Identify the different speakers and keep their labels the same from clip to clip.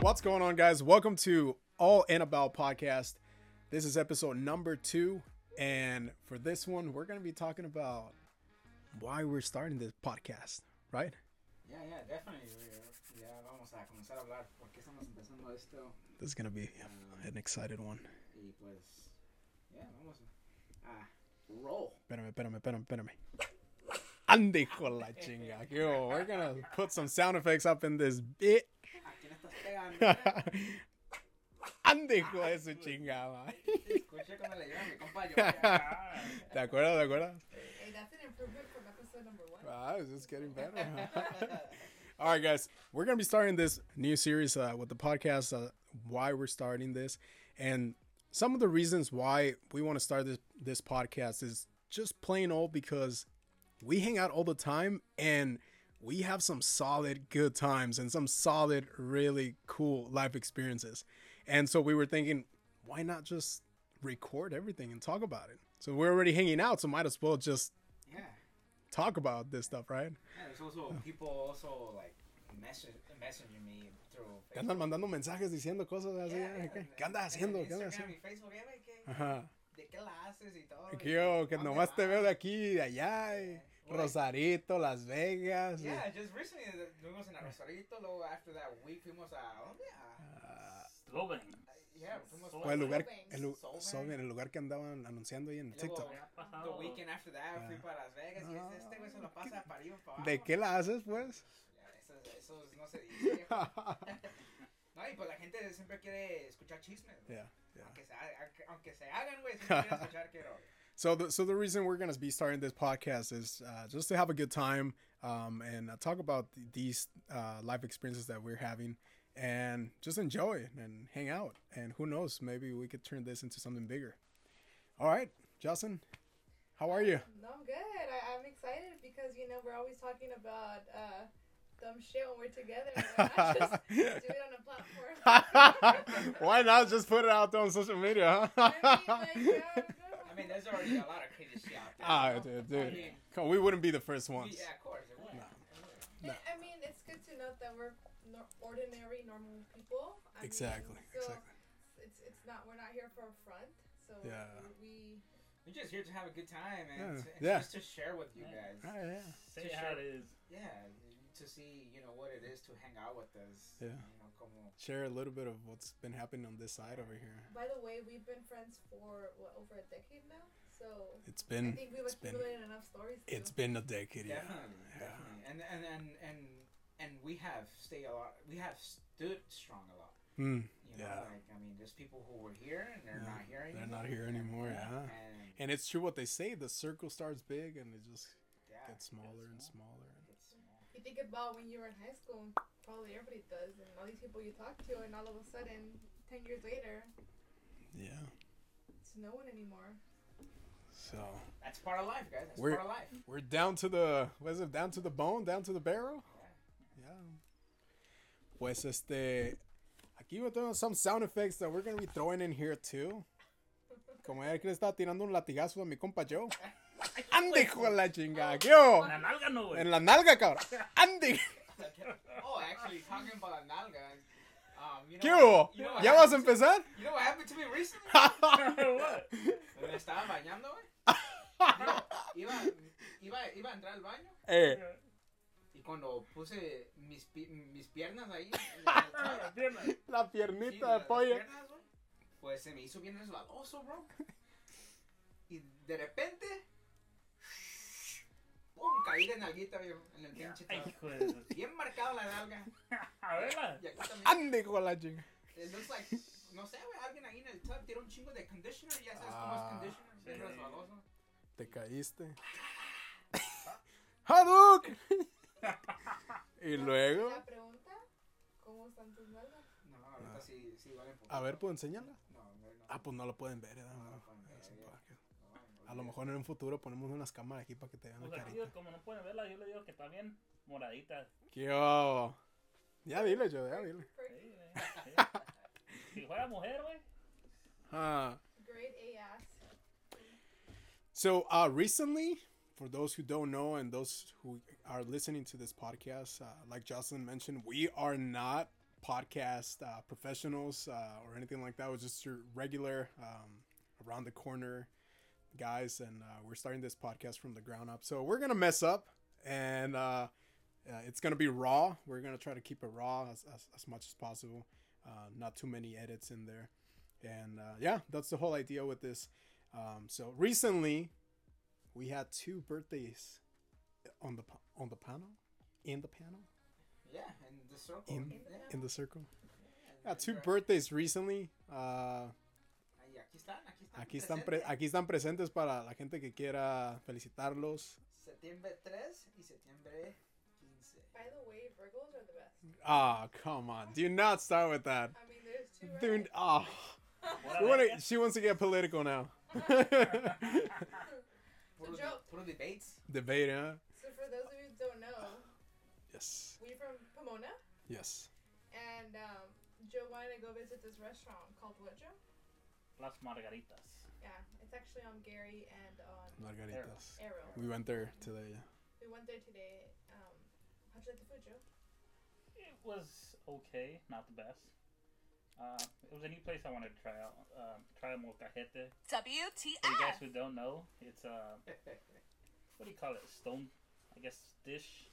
Speaker 1: What's going on, guys? Welcome to All Annabelle Podcast. This is episode number two. And for this one, we're going to be talking about why we're starting this podcast, right?
Speaker 2: Yeah, yeah, definitely. we- uh, Ya vamos a comenzar a hablar por qué estamos empezando esto.
Speaker 1: This is going to be an excited one.
Speaker 2: Y pues, ya, vamos a roll.
Speaker 1: Espérame, espérame, espérame, espérame. Ande con la chinga. Yo, we're going to put some sound effects up in this bit.
Speaker 2: ¿A quién estás pegando?
Speaker 1: Ande con ese chingada.
Speaker 2: Escuché cuando le llega a mi compa yo. ah.
Speaker 1: ¿Te acuerdas? ¿Te acuerdas?
Speaker 3: Hey, that's an improvement from episode number one.
Speaker 1: Ah, it's just getting better. All right, guys, we're gonna be starting this new series uh, with the podcast. Uh, why we're starting this, and some of the reasons why we want to start this this podcast is just plain old because we hang out all the time and we have some solid good times and some solid really cool life experiences, and so we were thinking, why not just record everything and talk about it? So we're already hanging out, so might as well just
Speaker 2: yeah.
Speaker 1: talk about this stuff, right?
Speaker 2: yeah, there's also people also like message, messaging me through
Speaker 1: Te andan mandando mensajes diciendo cosas así.
Speaker 2: Yeah,
Speaker 1: ¿eh?
Speaker 2: yeah,
Speaker 1: ¿Qué,
Speaker 2: yeah.
Speaker 1: ¿Qué andas haciendo? ¿Qué andas
Speaker 2: Instagram
Speaker 1: haciendo?
Speaker 2: y Facebook, ya ve que-
Speaker 1: Ajá.
Speaker 2: ¿De qué la haces y todo?
Speaker 1: Que yo, que
Speaker 2: ¿Dónde
Speaker 1: nomás te
Speaker 2: vas?
Speaker 1: veo de aquí y de allá. y
Speaker 2: Güey.
Speaker 1: Rosarito, Las Vegas. y-
Speaker 2: Yeah, just recently th- fuimos en Rosarito, luego after that week fuimos a ¿dónde? A,
Speaker 4: Sloven.
Speaker 2: yeah, fuimos
Speaker 1: o el lugar, ah, el, lu-
Speaker 2: Solvang.
Speaker 1: Solvang, el lugar que andaban anunciando ahí en
Speaker 2: Y luego,
Speaker 1: TikTok.
Speaker 2: The weekend after that fui para Las Vegas y
Speaker 1: Ah,
Speaker 2: es este güey se lo pasa para arriba para abajo.
Speaker 1: ¿De qué la haces, pues?
Speaker 2: Ya, Eso, eso no se dice. viejo. no, y pues la gente siempre quiere escuchar chismes. güey.
Speaker 1: yeah, yeah.
Speaker 2: Aunque, se, ha- aunque, aunque se hagan, güey, siempre quieren escuchar quiero.
Speaker 1: So the so the reason we're gonna be starting this podcast is uh, just to have a good time um, and uh, talk about th- these uh, life experiences that we're having and just enjoy it and hang out and who knows maybe we could turn this into something bigger. All right, Justin, how are you?
Speaker 3: No, I'm good. I, I'm excited because you know we're always talking about uh, dumb shit when we're together. Why not just do it on a platform?
Speaker 1: Why not just put it out there on social media?
Speaker 3: I mean, like, yeah,
Speaker 2: I mean, there's already a lot of crazy shit out there.
Speaker 1: Ah,
Speaker 2: you know?
Speaker 1: dude,
Speaker 2: I
Speaker 1: dude.
Speaker 2: mean,
Speaker 1: Come, we wouldn't be the first ones.
Speaker 2: yeah, of course, it would.
Speaker 1: No.
Speaker 3: no. I mean, it's good to note that we're nor- ordinary, normal people. I mean,
Speaker 1: Exactly,
Speaker 3: so
Speaker 1: exactly.
Speaker 3: It's it's not. We're not here for a front. So
Speaker 1: Yeah.
Speaker 3: we.
Speaker 2: We're just here to have a good time
Speaker 1: Yeah,
Speaker 2: and, to- and
Speaker 1: yeah.
Speaker 2: just to share with you guys.
Speaker 4: Yeah.
Speaker 1: Ah, yeah.
Speaker 4: Say how it is.
Speaker 2: Yeah, to see, you know, what it is to hang out with us.
Speaker 1: Yeah.
Speaker 2: You know, como,
Speaker 1: Share a little bit of what's been happening on this side over here.
Speaker 3: By the way, we've been friends for what over a decade now. So
Speaker 1: It's
Speaker 3: I
Speaker 1: been
Speaker 3: think we've
Speaker 1: it's been
Speaker 3: accumulated enough stories. to-
Speaker 1: it's been a decade. Yeah.
Speaker 2: Definitely,
Speaker 1: Yeah.
Speaker 2: definitely. And, and and and and we have stayed a lot. We have stood strong a lot.
Speaker 1: Hmm.
Speaker 2: You know,
Speaker 1: Yeah.
Speaker 2: like I mean, there's people who were here and they're
Speaker 1: Yeah,
Speaker 2: not here
Speaker 1: they're
Speaker 2: anymore.
Speaker 1: not here anymore, yeah.
Speaker 2: And
Speaker 1: And it's true what they say. The circle starts big and it just
Speaker 2: yeah,
Speaker 1: gets smaller and smaller.
Speaker 2: it's-
Speaker 3: You think about when you were in high school, probably everybody does, and all these people you talk to, and all of a sudden, 10 years later,
Speaker 1: Yeah.
Speaker 3: it's no one anymore.
Speaker 1: So
Speaker 2: that's part of life, guys. That's
Speaker 1: We're-
Speaker 2: part of life.
Speaker 1: we're down to the what is it? Down to the bone, down to the barrel. Yeah. Pues este, aquí we're throwing some sound effects that we're gonna be throwing in here too. Como ya que le estaba tirando un latigazo a mi compa Joe. Ande con la chingada, yo.
Speaker 4: La nalga no, güey.
Speaker 1: En la nalga, cabrón. Ande.
Speaker 2: Oh, actually, talking about nalgas. Um, you know,
Speaker 1: ¿Qué
Speaker 2: what-
Speaker 1: hubo?
Speaker 2: You know, what
Speaker 1: ¿Ya vas a
Speaker 2: happened
Speaker 1: empezar?
Speaker 2: to- you know what happened to me recently?
Speaker 4: What?
Speaker 2: Me estaba bañando, güey. Iba, iba, iba a entrar al baño.
Speaker 1: eh.
Speaker 2: Y cuando puse mis, pi- mis piernas ahí,
Speaker 4: Ah, la pierna.
Speaker 1: La
Speaker 2: sí,
Speaker 1: piernita
Speaker 2: las-
Speaker 1: de
Speaker 2: las
Speaker 1: pollo.
Speaker 2: piernas, güey, pues se me hizo bien resbaloso, bro. Y de repente, ¡pum! Caí de nalguita, viejo, en el pinche
Speaker 4: Ay,
Speaker 2: trago.
Speaker 4: hijo de su-
Speaker 2: Bien marcado la nalga.
Speaker 4: A verla.
Speaker 2: Y aquí también.
Speaker 1: Ande con la chinga.
Speaker 2: It looks like, no sé, güey, alguien ahí en el tub tiró un chingo de conditioner. Ya sabes
Speaker 1: Ah,
Speaker 2: cómo es conditioner, bien
Speaker 4: sí.
Speaker 2: resbaloso.
Speaker 1: Te caíste. Haduk. y luego.
Speaker 3: La pregunta, ¿cómo están tus nalgas?
Speaker 2: No, ahorita sí, sí, vale un poquito.
Speaker 1: A ver, ¿puedo enseñarla?
Speaker 2: No, no, no.
Speaker 1: Ah, pues no lo pueden ver, ¿verdad?
Speaker 2: No lo
Speaker 1: No,
Speaker 2: pueden ver,
Speaker 1: es un
Speaker 2: ya.
Speaker 1: podcast.
Speaker 2: no, no,
Speaker 1: A lo mejor en un futuro ponemos unas cámaras aquí para que te vean la
Speaker 4: Pues aquí,
Speaker 1: carita.
Speaker 4: como no pueden verla, yo le digo que está bien moradita.
Speaker 1: ¿Qué hubo? Ya dile yo, ya dile.
Speaker 3: For
Speaker 4: Sí, güey, sí. Si fuera mujer, güey.
Speaker 1: Ah.
Speaker 3: grade A ass.
Speaker 1: So uh, recently, for those who don't know and those who are listening to this podcast, uh, like Jocelyn mentioned, we are not podcast uh, professionals uh, or anything like that. It was just your regular um, around the corner guys, and uh, we're starting this podcast from the ground up. So we're gonna mess up, and uh, uh, it's gonna be raw. We're gonna try to keep it raw as as, as much as possible. Uh, not too many edits in there, and uh, yeah, that's the whole idea with this. Um, so recently, we had two birthdays on the pa- on the panel, in the panel,
Speaker 2: Yeah, in the circle.
Speaker 1: In-
Speaker 2: yeah,
Speaker 1: in the circle.
Speaker 2: yeah,
Speaker 1: Yeah, two
Speaker 2: you're-
Speaker 1: birthdays recently. Uh,
Speaker 2: Ahí, aquí están, aquí están.
Speaker 1: aquí están pre-
Speaker 2: presentes.
Speaker 1: aquí están presentes para la gente que quiera felicitarlos.
Speaker 2: Septiembre 3 y septiembre 15.
Speaker 3: By the way, Virgos are the best.
Speaker 1: Ah, come on. Do not start with that.
Speaker 3: I mean, there's two.
Speaker 1: Dude, ah.
Speaker 4: What
Speaker 1: You
Speaker 4: a
Speaker 1: wanna-
Speaker 4: verga.
Speaker 1: she wants to get political now.
Speaker 3: right?
Speaker 2: Puro, de-
Speaker 3: Joe.
Speaker 2: puro debates.
Speaker 1: Debate, huh?
Speaker 3: so for those of you who don't know,
Speaker 1: Yes.
Speaker 3: we're from Pomona,
Speaker 1: Yes.
Speaker 3: and um, Joe wanted to go visit this restaurant called what, Joe?
Speaker 4: Las margaritas.
Speaker 3: Yeah, it's actually on Gary and on
Speaker 1: Margaritas.
Speaker 3: Arrow.
Speaker 1: We went there today.
Speaker 3: We went there today. Um, how'd you like the food, Joe?
Speaker 4: It was okay, not the best. Uh, it was a new place I wanted to try out. Uh, try molcajete. For you guys
Speaker 5: WTF?
Speaker 4: who don't know, it's uh, what do you call it? Stone, I guess, dish.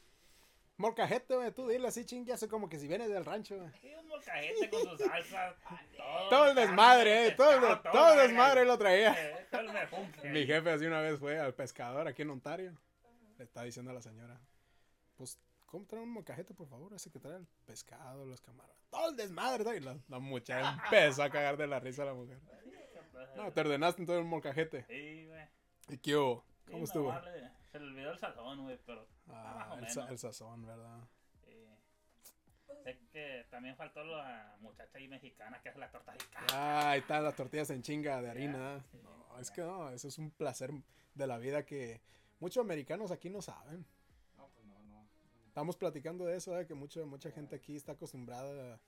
Speaker 1: Morcajete, tú dile así chingazo como que si vienes del rancho.
Speaker 4: Sí, un molcajete con su salsa. Ah,
Speaker 1: Todo el desmadre, eh. Todo, el-
Speaker 4: pescado,
Speaker 1: todo
Speaker 4: la
Speaker 1: el desmadre
Speaker 4: verga.
Speaker 1: lo traía.
Speaker 4: Eh, todo el mejunje.
Speaker 1: Mi jefe así una vez fue al pescador aquí en Ontario. Le está diciendo a la señora, pues, ¿cómo trae un mocajete, por favor? Ese que trae el pescado, los camarones. Todo el desmadre. todo". Y la, la muchacha empezó a cagar de la risa a la mujer. No, te ordenaste entonces un mocajete.
Speaker 4: Sí, güey.
Speaker 1: ¿Y qué hubo?
Speaker 4: Sí,
Speaker 1: ¿Cómo
Speaker 4: no
Speaker 1: estuvo?
Speaker 4: vale. Se le olvidó el sazón, güey, pero
Speaker 1: Ah, el, sa- el sazón, ¿verdad?
Speaker 4: eh, es que también faltó la muchacha ahí mexicana que hace las tortas y
Speaker 1: Ah, ahí están las tortillas en chinga de harina. No, es que no, eso es un placer de la vida que muchos americanos aquí no saben.
Speaker 2: No, pues no, no.
Speaker 1: Estamos platicando de eso, ¿eh? que mucha
Speaker 2: Ah.
Speaker 1: mucha gente aquí está acostumbrada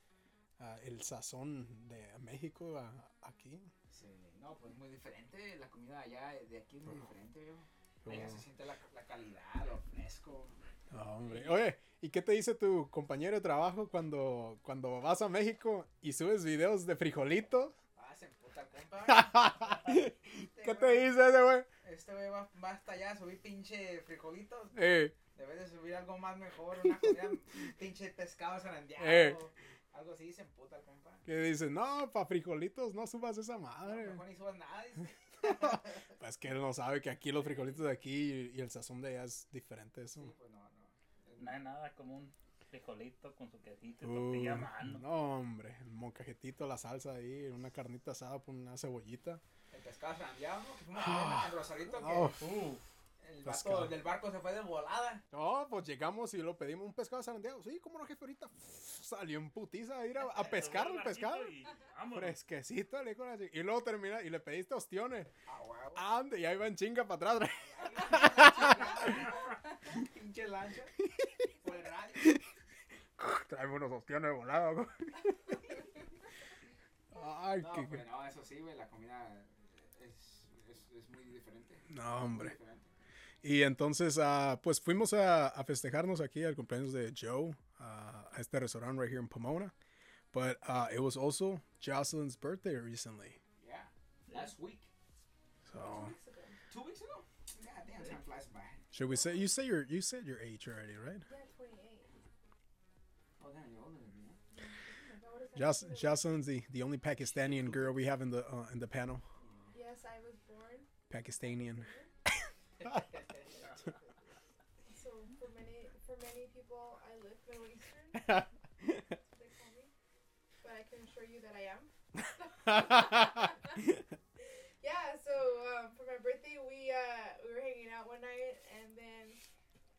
Speaker 1: a, a el sazón de México a- aquí.
Speaker 2: Sí, no, pues muy diferente. La comida allá de aquí es muy diferente, viejo.
Speaker 1: Pero-
Speaker 2: Allá se siente la, la calidad, lo fresco.
Speaker 1: No, hombre. Oye, ¿y qué te dice tu compañero de trabajo cuando, cuando vas a México y subes videos de frijolitos?
Speaker 2: Ah, se emputa, compa.
Speaker 1: ¿Qué te dice ese güey?
Speaker 2: Este güey va, va hasta allá a subir pinche frijolitos.
Speaker 1: Eh,
Speaker 2: Debes de subir algo más mejor, una comida, un pinche pescado zarandeado.
Speaker 1: Eh.
Speaker 2: Algo así, se emputa, el compa.
Speaker 1: que dice, no, pa' frijolitos no subas esa
Speaker 2: No,
Speaker 1: madre.
Speaker 2: mejor ni subas nada, dice.
Speaker 1: Pues que él no sabe que aquí los frijolitos de aquí y, y el sazón de allá es diferente eso.
Speaker 2: Sí, pues no, no.
Speaker 4: Nada, nada, como un frijolito con su quesito y tortilla
Speaker 1: Uh,
Speaker 4: a mano.
Speaker 1: no, hombre, el mocajetito, la salsa ahí, una carnita asada con una cebollita.
Speaker 2: El pescado zarandeado, ¿no? Que fuimos
Speaker 1: Ah.
Speaker 2: a en Rosarito, que
Speaker 1: Oh,
Speaker 4: Uf,
Speaker 2: el
Speaker 1: pescado.
Speaker 2: vato del barco se fue de volada.
Speaker 1: No, pues llegamos y lo pedimos un pescado de San Diego. Sí, como no, jefe, ahorita Uf, salió en putiza a ir a, a pescar
Speaker 4: Tomó
Speaker 1: el pescado.
Speaker 4: barquito y vámonos.
Speaker 1: Fresquecito, le digo así. Y luego termina y le pediste ostiones.
Speaker 2: Ah, huevo.
Speaker 1: Ande, y ahí va en chinga para atrás. Ah,
Speaker 2: Pinche lancha. Por el radio.
Speaker 1: Traemos unos ostiones volados. Ay,
Speaker 2: No,
Speaker 1: qué.
Speaker 2: pero no, eso sí, güey, la comida es, es, es muy diferente.
Speaker 1: No,
Speaker 2: Muy
Speaker 1: hombre.
Speaker 2: diferente.
Speaker 1: Y entonces, ah, pues fuimos a, a festejarnos aquí al cumpleaños de Joe ah, a este restaurante right here in Pomona. But ah, it was also Jocelyn's birthday recently.
Speaker 2: Yeah. Last week.
Speaker 1: So.
Speaker 3: Weeks ago.
Speaker 2: Two weeks ago? God damn, time flies by.
Speaker 1: Should we say you say your you said your age already, right?
Speaker 3: Yeah, 28.
Speaker 2: Oh, damn, you're older than me. huh?
Speaker 3: Oh my God, what does that
Speaker 1: Jos-
Speaker 3: mean?
Speaker 1: Jocelyn's the, the only Pakistani girl we have in the uh, in the panel.
Speaker 3: Yes, I was born.
Speaker 1: Pakistani.
Speaker 3: So for many, for many people, I look Middle Eastern.
Speaker 2: Oh,
Speaker 3: that's what they call me. But I can assure you that I am. Yeah, so um, for my birthday, we uh, we were hanging out one night, and then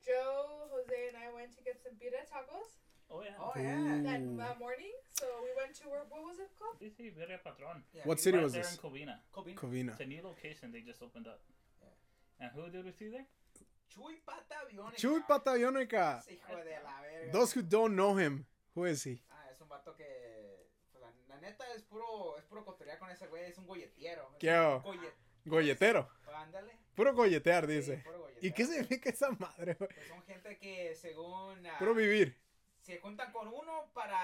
Speaker 3: Joe, Jose, and I went to get some birria tacos
Speaker 4: Oh, yeah.
Speaker 2: Oh, yeah.
Speaker 3: that,
Speaker 1: Ooh.
Speaker 3: that morning. So we went to where, what was it called?
Speaker 4: Sí, sí, Birria Patrón.
Speaker 2: yeah
Speaker 1: What
Speaker 2: he-
Speaker 1: city
Speaker 4: Right
Speaker 1: was
Speaker 4: there
Speaker 1: this?
Speaker 4: in Covina.
Speaker 2: Covina.
Speaker 1: Covina.
Speaker 4: It's a new location they just opened up.
Speaker 2: Yeah.
Speaker 4: And who did we see there?
Speaker 2: Chuy Pataviones.
Speaker 1: Chuy Patavionica.
Speaker 2: Hijo de la verga.
Speaker 1: Those who don't know him, who is he?
Speaker 2: Ah, es un vato que. Pues, la, la neta es puro. Es puro cotorrear con ese güey. Es un golletiero. Es
Speaker 1: ¿Qué
Speaker 2: un
Speaker 1: hago?
Speaker 2: golle-
Speaker 1: Golletero.
Speaker 2: Ándale.
Speaker 1: Puro golletear,
Speaker 2: Sí,
Speaker 1: dice.
Speaker 2: puro
Speaker 1: ¿Y qué
Speaker 2: golletero.
Speaker 1: significa esa madre? güey?
Speaker 2: Pues son gente que según. ah,
Speaker 1: Puro vivir.
Speaker 2: se juntan con uno para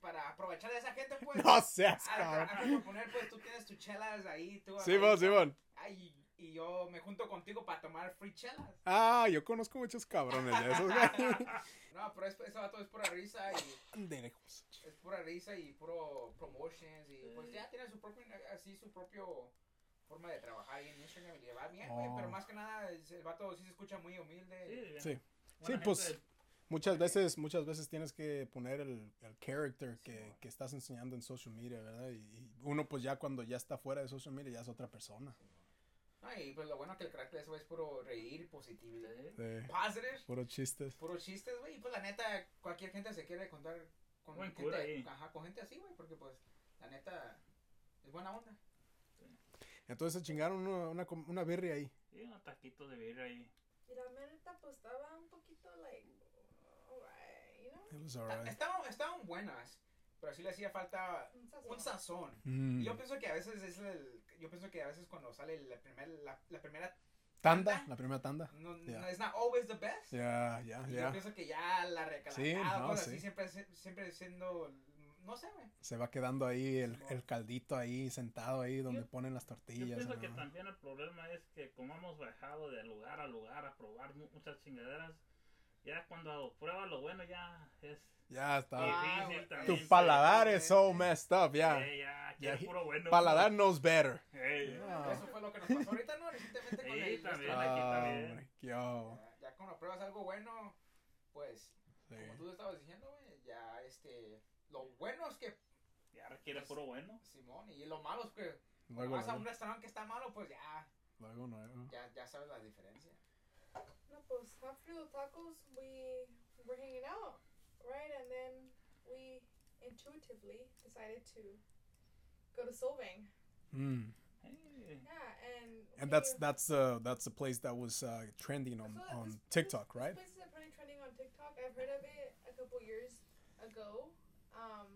Speaker 2: para aprovechar a esa gente, pues. ah,
Speaker 1: No seas
Speaker 2: a,
Speaker 1: cabrón.
Speaker 2: a proponer, pues, tú tienes tus chelas ahí, tú.
Speaker 1: Sí, Simón, Simón.
Speaker 2: Ay, y yo me junto contigo para tomar free chelas.
Speaker 1: Ah, yo conozco muchos cabrones de esos. güey.
Speaker 2: No, pero es, eso vato es pura risa y
Speaker 1: De lejos.
Speaker 2: es pura risa y puro promotions y pues ya tiene su propio así su propio forma de trabajar y en Instagram y le va bien, güey,
Speaker 1: Oh.
Speaker 2: pero más que nada es- el vato sí se escucha muy humilde.
Speaker 4: Sí,
Speaker 1: Sí.
Speaker 4: Buena gente
Speaker 1: pues,
Speaker 4: del-
Speaker 1: Muchas veces, muchas veces tienes que poner el, el character que,
Speaker 2: Simón.
Speaker 1: que estás enseñando en social media, ¿verdad? Y, y uno pues ya cuando ya está fuera de social media ya es otra persona.
Speaker 2: No, y pues lo bueno que el carácter de ese güey es puro reír, positivo,
Speaker 4: Sí.
Speaker 1: De
Speaker 2: positive,
Speaker 1: puros chistes.
Speaker 2: puro chistes, güey, y pues la neta cualquier gente se quiere contar con
Speaker 4: Buen cura ahí.
Speaker 2: gente, ajá, con gente así, güey, porque pues la neta es buena onda.
Speaker 1: Entonces se chingaron una, una, com- una birria ahí.
Speaker 4: Y unos taquitos de birra ahí.
Speaker 3: Y la neta, pues estaba un poquito, like, alright, you know?
Speaker 1: It was
Speaker 2: Ta-
Speaker 1: alright.
Speaker 2: Estaban estaban buenas, pero sí le hacía falta
Speaker 3: Un
Speaker 2: un
Speaker 3: sazón.
Speaker 2: sazón.
Speaker 1: Mm.
Speaker 2: Y Yo pienso que a veces es el, yo pienso que a veces cuando sale la primera, la, la primera,
Speaker 1: Tanda, la primera tanda.
Speaker 2: no,
Speaker 1: Yeah.
Speaker 2: no, it's not always the best.
Speaker 1: Ya, ya,
Speaker 2: Y Yo
Speaker 1: ya.
Speaker 2: pienso que ya la recalcada,
Speaker 1: Sí, no,
Speaker 2: cosas
Speaker 1: sí.
Speaker 2: así, siempre, se- siempre siendo, no sé, güey.
Speaker 1: Se va quedando ahí el, el caldito ahí sentado ahí donde
Speaker 4: Yo-
Speaker 1: ponen las
Speaker 4: Yo
Speaker 1: tortillas.
Speaker 4: pienso que
Speaker 1: ¿no?
Speaker 4: también el problema es que como hemos bajado de lugar a lugar a probar mu- muchas chingaderas, ya cuando pruebas lo bueno ya es
Speaker 1: Ya está.
Speaker 2: Ah,
Speaker 4: difícil
Speaker 2: güey.
Speaker 4: también.
Speaker 1: Tu paladar
Speaker 2: sí,
Speaker 1: es
Speaker 2: sí.
Speaker 1: so messed up, ya.
Speaker 4: Eh, ya, quieres
Speaker 1: Ya,
Speaker 4: puro bueno.
Speaker 1: Paladar knows better.
Speaker 4: Eh,
Speaker 1: Ah.
Speaker 2: Eso fue lo que nos pasó ahorita, ¿no? Recientemente con
Speaker 4: Sí,
Speaker 2: el,
Speaker 4: también,
Speaker 2: restaurante.
Speaker 4: aquí
Speaker 1: Ah,
Speaker 4: también.
Speaker 1: hombre, yo,
Speaker 2: Ya- Ya cuando pruebas algo bueno, pues,
Speaker 1: sí.
Speaker 2: como tú estabas diciendo, güey, ya este, lo bueno es que
Speaker 4: Ya requiere puro bueno.
Speaker 2: Simón, y lo malo es que cuando
Speaker 1: Luego,
Speaker 2: vas a un
Speaker 1: luego,
Speaker 2: restaurante que está malo, pues ya,
Speaker 1: luego, luego.
Speaker 2: ya, ya sabes la diferencia.
Speaker 3: No, pues after the tacos, we were hanging out, right? And then we intuitively decided to go to Solvang.
Speaker 1: Mm.
Speaker 4: Eh,
Speaker 3: Yeah, and
Speaker 1: And
Speaker 3: we-
Speaker 1: that's that's uh that's the place that was uh, trending on,
Speaker 3: So
Speaker 1: on
Speaker 3: this-
Speaker 1: TikTok,
Speaker 3: this,
Speaker 1: right?
Speaker 3: This place is apparently trending on TikTok. I've heard of it a couple years ago. Um,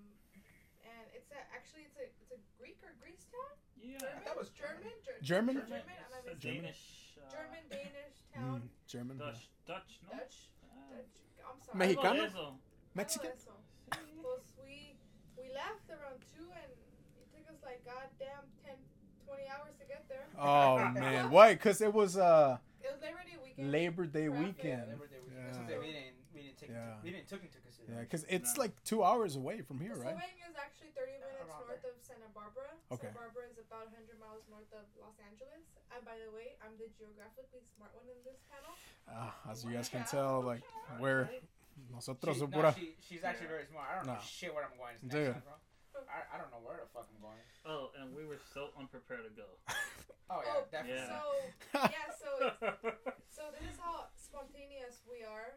Speaker 3: and it's a, actually it's a it's a Greek or Greece town.
Speaker 4: yeah.
Speaker 2: that was
Speaker 3: German. Ger-
Speaker 1: German?
Speaker 3: German. am I
Speaker 4: It's
Speaker 3: missing?
Speaker 4: Danish. uh,
Speaker 3: German Danish
Speaker 1: Mm,
Speaker 3: town.
Speaker 1: German. yeah.
Speaker 4: Dutch, Dutch, ¿no?
Speaker 3: Dutch.
Speaker 4: Ah,
Speaker 3: Dutch. I'm sorry.
Speaker 4: algo de
Speaker 1: Mexicano?
Speaker 4: eso.
Speaker 1: Mexican?
Speaker 3: Well, we we left around two, and it took us like goddamn 10, 20 hours to get there.
Speaker 1: Oh man, why? Cause it was uh
Speaker 3: It was Labor Day weekend.
Speaker 1: Labor Day
Speaker 3: Traffic.
Speaker 1: weekend.
Speaker 2: Labor Day weekend.
Speaker 1: Yeah.
Speaker 2: That's something we didn't we didn't take into,
Speaker 1: Yeah.
Speaker 2: we didn't took into
Speaker 1: Yeah,
Speaker 2: consideration.
Speaker 1: cause it's
Speaker 4: No.
Speaker 1: like two hours away from here, right?
Speaker 3: Pennsylvania is actually 30 minutes
Speaker 2: around
Speaker 3: north of Santa Barbara.
Speaker 1: Okay.
Speaker 3: Santa Barbara is about 100 miles north of Los Angeles. And by the way, I'm the geographically smart one in this panel.
Speaker 1: Ah, as you guys can tell, like we're nosotros
Speaker 2: She-
Speaker 1: son
Speaker 2: no,
Speaker 1: pura.
Speaker 2: she, she's actually
Speaker 4: Yeah.
Speaker 2: very smart. I don't know
Speaker 1: No.
Speaker 2: shit where I'm going next
Speaker 1: Dude.
Speaker 2: time, bro. I, I don't know where the fuck I'm going.
Speaker 4: Oh, and we were so unprepared to go.
Speaker 2: Oh yeah,
Speaker 3: Oh,
Speaker 2: definitely.
Speaker 4: Yeah.
Speaker 3: So, yeah, so it's So this is how spontaneous we are.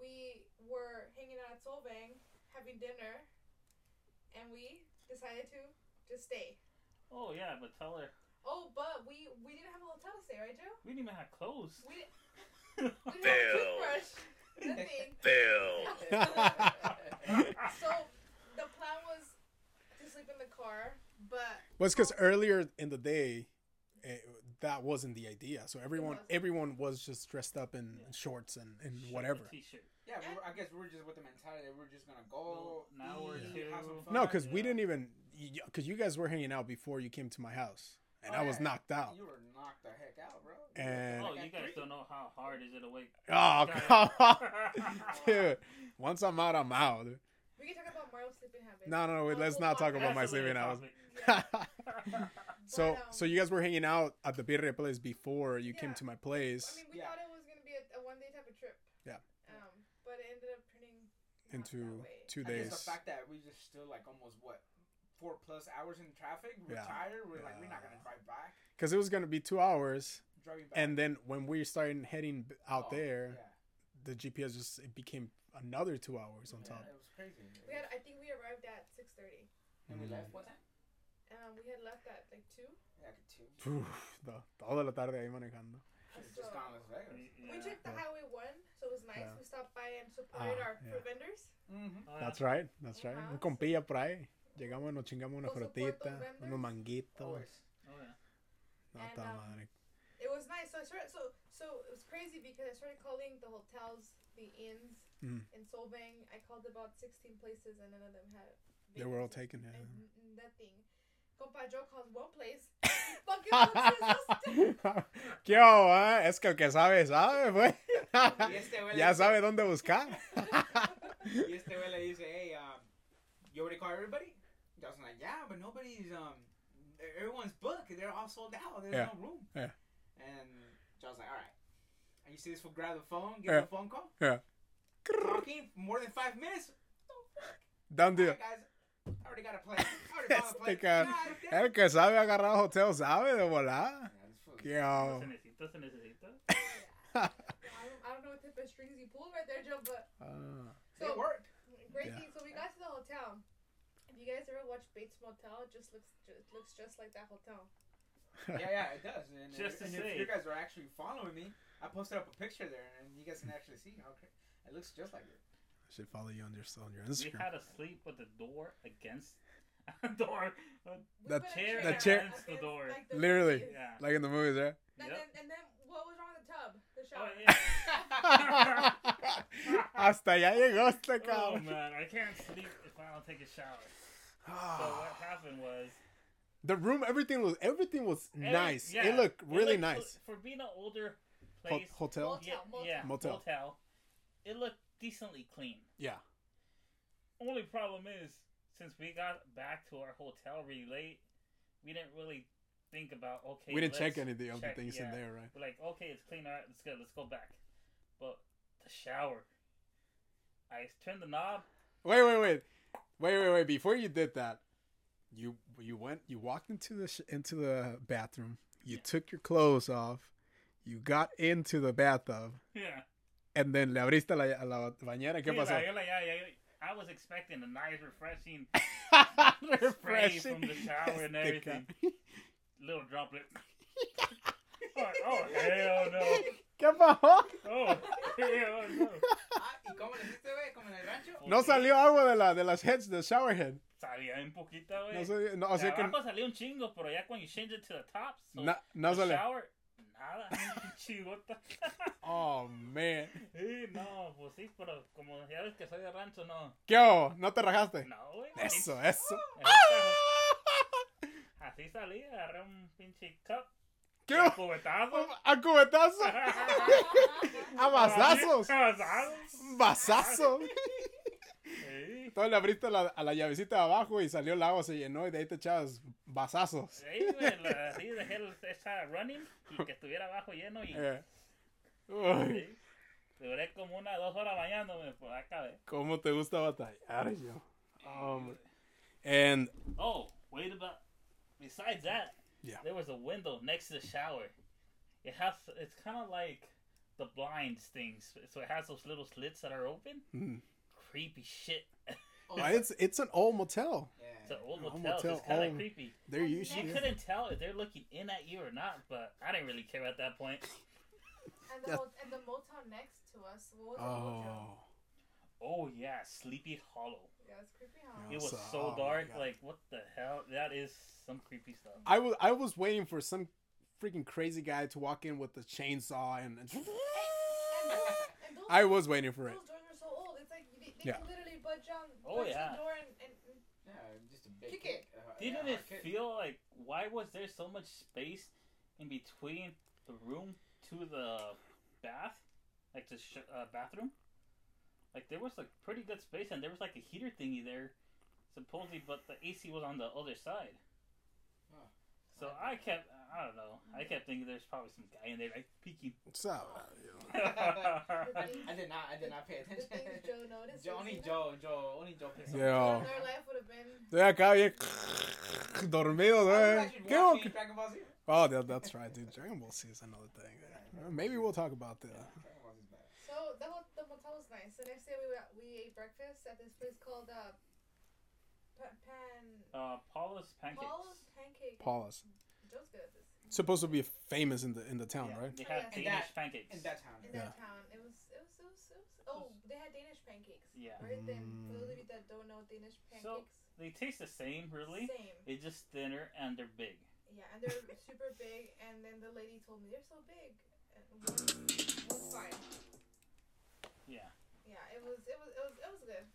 Speaker 3: We were hanging out at Solvang, having dinner, and we decided to just stay.
Speaker 4: oh yeah, but tell her
Speaker 3: Oh, but we we didn't have a hotel to stay, right, Joe?
Speaker 4: we didn't even have clothes.
Speaker 3: We didn't. We didn't have a toothbrush. Nothing. so the plan was to sleep in the car, but
Speaker 1: Well, it's because earlier in the day, eh, that wasn't the idea. So everyone,
Speaker 3: wasn't.
Speaker 1: everyone was just dressed up in shorts and, and
Speaker 4: Shit,
Speaker 1: whatever.
Speaker 4: a T-shirt.
Speaker 2: yeah, we were- I guess we were just with the mentality that we we're just gonna go
Speaker 4: Well, an hour or
Speaker 2: eat,
Speaker 4: two.
Speaker 2: have some fun.
Speaker 1: No, because we
Speaker 4: Yeah.
Speaker 1: didn't even, because you guys were hanging out before you came to my house, and
Speaker 2: Oh,
Speaker 1: I was
Speaker 2: yeah.
Speaker 1: knocked out.
Speaker 2: you were knocked the heck out, bro.
Speaker 1: And-
Speaker 4: Oh, you guys don't know how hard is it awake.
Speaker 1: Oh come on,
Speaker 4: That's
Speaker 1: dude! Once I'm out, I'm out. dude.
Speaker 3: we can talk about Mario's sleeping habits.
Speaker 1: No, no, no. Wait, let's not talk about my
Speaker 4: a later
Speaker 1: sleeping hours.
Speaker 4: topic.
Speaker 3: Yeah.
Speaker 1: so,
Speaker 3: But, um,
Speaker 1: so you guys were hanging out at the birria place before you came
Speaker 3: Yeah.
Speaker 1: to my
Speaker 3: I
Speaker 1: place
Speaker 3: mean, we
Speaker 2: Yeah.
Speaker 3: thought it was gonna be a, a one day type of trip.
Speaker 1: Yeah.
Speaker 3: Um, but it ended up turning not
Speaker 1: into
Speaker 3: that way.
Speaker 1: two
Speaker 2: I guess
Speaker 1: days.
Speaker 2: the fact that we just still like almost what four plus hours in traffic. We're
Speaker 1: Yeah.
Speaker 2: tired. We're like we're not
Speaker 1: Yeah.
Speaker 2: gonna drive back.
Speaker 1: Because it was gonna be two hours,
Speaker 2: Driving back.
Speaker 1: and then when we started heading b- out
Speaker 2: Oh,
Speaker 1: there,
Speaker 2: yeah.
Speaker 1: the GPS just it became another two hours on
Speaker 2: Yeah,
Speaker 1: top.
Speaker 2: It was crazy.
Speaker 3: We had, I think we arrived at six thirty.
Speaker 2: and we
Speaker 1: Mm-hmm.
Speaker 2: left. What time?
Speaker 3: Um, we had left at like two.
Speaker 2: Yeah, like two.
Speaker 1: Uf, to- toda la tarde ahí manejando.
Speaker 2: Should have
Speaker 3: So,
Speaker 2: just gone to Las Vegas.
Speaker 3: we
Speaker 4: Yeah.
Speaker 3: took the
Speaker 1: Yeah.
Speaker 3: highway one, so it was nice.
Speaker 1: Yeah.
Speaker 3: We stopped by and supported
Speaker 1: Ah,
Speaker 3: our
Speaker 1: yeah.
Speaker 3: fruit vendors.
Speaker 2: Mm-hmm.
Speaker 4: Oh, yeah.
Speaker 1: That's right, that's right.
Speaker 3: Ajá.
Speaker 1: Un compilla por ahí. Llegamos, nos chingamos una
Speaker 3: Por supuesto,
Speaker 1: frutita,
Speaker 3: vendors.
Speaker 1: unos manguitos.
Speaker 2: Always.
Speaker 4: Oh, yeah.
Speaker 1: No,
Speaker 3: And,
Speaker 1: toda
Speaker 3: um,
Speaker 1: madre.
Speaker 3: It was nice. So I started. So so it was crazy because I started calling the hotels, the inns,
Speaker 1: Mhm.
Speaker 3: In Solvang, I called about 16 places and none of them had.
Speaker 1: They were all
Speaker 3: vacancies.
Speaker 1: taken. Yeah.
Speaker 3: And n- nothing. Compa Joe calls one place. fucking boxes.
Speaker 1: ¿Qué hago, eh? Es que el que sabe, sabe, pues.
Speaker 2: Y este güey le
Speaker 1: ya
Speaker 2: dice-
Speaker 1: sabe dónde buscar.
Speaker 2: Y este güey le dice, hey, um, you already call everybody? I was like, yeah, but nobody's, um, everyone's booked. They're all sold out. There's
Speaker 1: Yeah.
Speaker 2: no room.
Speaker 1: Yeah.
Speaker 2: And John's like, all right. And you see this fool grab the phone, get
Speaker 1: Yeah.
Speaker 2: the phone call,
Speaker 1: Yeah.
Speaker 2: talking for more than five minutes.
Speaker 1: Done
Speaker 2: All
Speaker 1: deal.
Speaker 2: right, guys, I already got a place. I already found a
Speaker 1: Este
Speaker 2: place.
Speaker 1: cabrón.
Speaker 2: God damn.
Speaker 1: El que sabe agarrar hotel sabe de volada.
Speaker 2: Yeah, this fool-
Speaker 1: ¿Qué Ah. hago?
Speaker 4: Se necesita, se necesita.
Speaker 3: I, don't, I don't know what type of strings you pulled right there, Joe, but
Speaker 1: Ah.
Speaker 2: It
Speaker 3: so
Speaker 2: worked.
Speaker 3: great
Speaker 1: Yeah.
Speaker 3: thing. So we got to the hotel. If you guys ever watch Bates Motel, it just looks ju- it looks just like that hotel.
Speaker 2: Yeah, yeah, it does. And,
Speaker 4: Just to
Speaker 2: and if
Speaker 4: say.
Speaker 2: you guys are actually following me, I posted up a picture there, and you guys can actually see how cra- it looks just like it.
Speaker 1: I should follow you on your, on your
Speaker 4: We
Speaker 1: Instagram.
Speaker 4: had to sleep with the door against door.
Speaker 3: We
Speaker 1: The
Speaker 3: put a
Speaker 4: chair
Speaker 1: The chair-
Speaker 3: against
Speaker 4: the door.
Speaker 3: like, the
Speaker 1: Literally.
Speaker 3: movies.
Speaker 4: Yeah.
Speaker 1: Like in the movies, eh. right?
Speaker 3: And,
Speaker 4: Yep.
Speaker 3: then, and then what was wrong with the tub? The
Speaker 4: Oh,
Speaker 3: shower.
Speaker 4: yeah.
Speaker 1: Hasta allá llegó este
Speaker 4: oh
Speaker 1: cabrón.
Speaker 4: man, I can't sleep if I don't take a shower. So
Speaker 1: Ah.
Speaker 4: what happened was
Speaker 1: The room, everything was everything was
Speaker 4: every-
Speaker 1: nice.
Speaker 4: yeah,
Speaker 1: It looked really
Speaker 4: looked-
Speaker 1: nice.
Speaker 4: for being an older
Speaker 1: Ho-
Speaker 4: place.
Speaker 1: hotel.
Speaker 4: yeah,
Speaker 3: Motel,
Speaker 4: yeah,
Speaker 1: motel.
Speaker 4: motel. It looked decently clean.
Speaker 1: Yeah.
Speaker 4: Only problem is since we got back to our hotel really late, we didn't really think about okay.
Speaker 1: we didn't
Speaker 4: let's
Speaker 1: check any of the other
Speaker 4: check-
Speaker 1: things in
Speaker 4: yeah.
Speaker 1: there, right?
Speaker 4: We're like, okay, it's clean. All right, let's go. Let's go back. But the shower. I turned the knob.
Speaker 1: Wait, wait, wait, wait, wait, wait. Before you did that, you you went you walked into the sh- into the bathroom. You
Speaker 4: Yeah.
Speaker 1: took your clothes off. You got into the bathtub,
Speaker 4: Yeah.
Speaker 1: and then le abriste la, a la bañera. ¿Qué
Speaker 4: Sí, like,
Speaker 1: pasó?
Speaker 4: you're like, yeah, yeah, yeah. I was expecting a nice, refreshing
Speaker 1: Refreshing.
Speaker 4: from the shower and
Speaker 1: Este ca-
Speaker 4: little droplet. Like, oh hell no!
Speaker 1: ¿Qué pasó?
Speaker 4: Oh hell no!
Speaker 2: Ah, ¿y cómo le hiciste, güey? ¿Como en el rancho?
Speaker 1: No salió agua de la de las heads, the shower head.
Speaker 4: Salía un poquito, güey.
Speaker 1: No salió, no, o
Speaker 4: De
Speaker 1: sea que
Speaker 4: abajo salió un chingo, pero ya cuando you change it to the top, so
Speaker 1: na- no
Speaker 4: the
Speaker 1: salió.
Speaker 4: shower, nada, un chingota.
Speaker 1: Oh man.
Speaker 4: Sí, no, pues sí, pero como ya ves que soy de rancho, no.
Speaker 1: ¿Qué hago? ¿No te rajaste?
Speaker 4: No, güey.
Speaker 1: Eso, eh. eso. ¡Ah!
Speaker 4: Así salí, agarré un pinche cup,
Speaker 1: ¿Qué hago?
Speaker 4: cubetazo.
Speaker 1: A cubetazo. A basazos.
Speaker 4: Abrazazos.
Speaker 1: Basazo.
Speaker 4: Sí.
Speaker 1: Entonces le abriste la- a la llavecita de abajo y salió el agua, se llenó y de ahí te echabas basazos.
Speaker 4: Sí, güey, la- así dejé el- esa running y que estuviera abajo lleno y
Speaker 1: Eh. Uy,
Speaker 4: sí. duré como una dos horas bañándome, pues acabé.
Speaker 1: ¿Cómo te gusta batallar yo? Hombre. And
Speaker 4: Oh, wait about. Besides that,
Speaker 1: Yeah.
Speaker 4: there was a window next to the shower. It has. It's kind of like the blinds things, so it has those little slits that are open.
Speaker 1: Mm.
Speaker 4: Creepy shit.
Speaker 1: uh, it's it's an old motel.
Speaker 4: It's an
Speaker 2: Oh, Yeah.
Speaker 4: old
Speaker 1: An old
Speaker 4: motel, so it's
Speaker 1: motel,
Speaker 4: kind of
Speaker 1: old-
Speaker 4: creepy.
Speaker 1: They're
Speaker 4: You
Speaker 1: usually
Speaker 4: couldn't tell if they're looking in at you or not, but I didn't really care at that point.
Speaker 3: And the,
Speaker 1: Yeah.
Speaker 3: hot- and the motel next to us. What was the motel?
Speaker 1: Oh,
Speaker 4: Oh yeah, Sleepy Hollow.
Speaker 3: Yeah, it's creepy, huh?
Speaker 1: Yeah.
Speaker 4: It was
Speaker 1: So- oh
Speaker 4: so
Speaker 1: my
Speaker 4: dark.
Speaker 1: God.
Speaker 4: Like what the hell? That is some creepy stuff.
Speaker 1: I was I was waiting for some freaking crazy guy to walk in with the chainsaw and, and
Speaker 3: And those, and those,
Speaker 1: I was waiting for it.
Speaker 3: those doors are so old. It's like they, they
Speaker 1: Yeah.
Speaker 3: can literally budge down
Speaker 4: Oh,
Speaker 3: budge
Speaker 4: yeah.
Speaker 3: the door and, and and-
Speaker 2: Yeah, just a big
Speaker 3: Kick
Speaker 2: kick. Uh, yeah,
Speaker 4: Didn't it
Speaker 2: hard kick.
Speaker 4: feel like why was there so much space in between the room to the bath, like the sh- uh, bathroom? Like there was like pretty good space, and there was like a heater thingy there, supposedly, but the AC was on the other side.
Speaker 2: Huh.
Speaker 4: So I kept, I don't know, I kept thinking there's probably some guy in there like peeking.
Speaker 1: So, uh, you know.
Speaker 3: the things,
Speaker 2: I did not. I did not pay
Speaker 3: the things
Speaker 2: attention.
Speaker 3: Joe noticed.
Speaker 2: Joe,
Speaker 3: was,
Speaker 2: only
Speaker 3: you know,
Speaker 2: Joe. Joe. Only Joe picks up.
Speaker 1: Yeah.
Speaker 3: their life would have been.
Speaker 1: Estoy acá bien dormido, güey.
Speaker 2: I was
Speaker 1: ¿Qué
Speaker 2: actually
Speaker 1: hago?
Speaker 2: watching Dragon Ball Z.
Speaker 1: Oh, that, that's right, dude. Dragon Ball Z is another thing. yeah. Uh, Maybe we'll talk about that.
Speaker 2: Dragon Ball Z is bad.
Speaker 3: So the whole, the motel was nice. The next day we went, we ate breakfast at this place called uh, Pa- Pan
Speaker 4: uh, Paula's pancakes.
Speaker 3: Paul's Pancake.
Speaker 1: Paulus.
Speaker 3: Joe's good at this.
Speaker 1: Supposed to be famous in the in the town,
Speaker 4: Yeah,
Speaker 1: right?
Speaker 4: They
Speaker 3: Oh, yeah.
Speaker 4: had
Speaker 3: And
Speaker 4: Danish
Speaker 2: that-
Speaker 4: pancakes.
Speaker 2: In that town.
Speaker 3: In
Speaker 1: Yeah.
Speaker 3: that town, it was it was, it was it was oh they had Danish pancakes.
Speaker 4: Yeah.
Speaker 3: Right then, for those of
Speaker 1: Mm.
Speaker 3: you that don't know Danish
Speaker 4: So-
Speaker 3: pancakes,
Speaker 4: They taste the same, really.
Speaker 3: same.
Speaker 4: It's just thinner and they're big.
Speaker 3: Yeah, and they're super big. And then the lady told me they're so big. And one, one's fine.
Speaker 4: Yeah.
Speaker 3: Yeah, it it was it was it was it was good.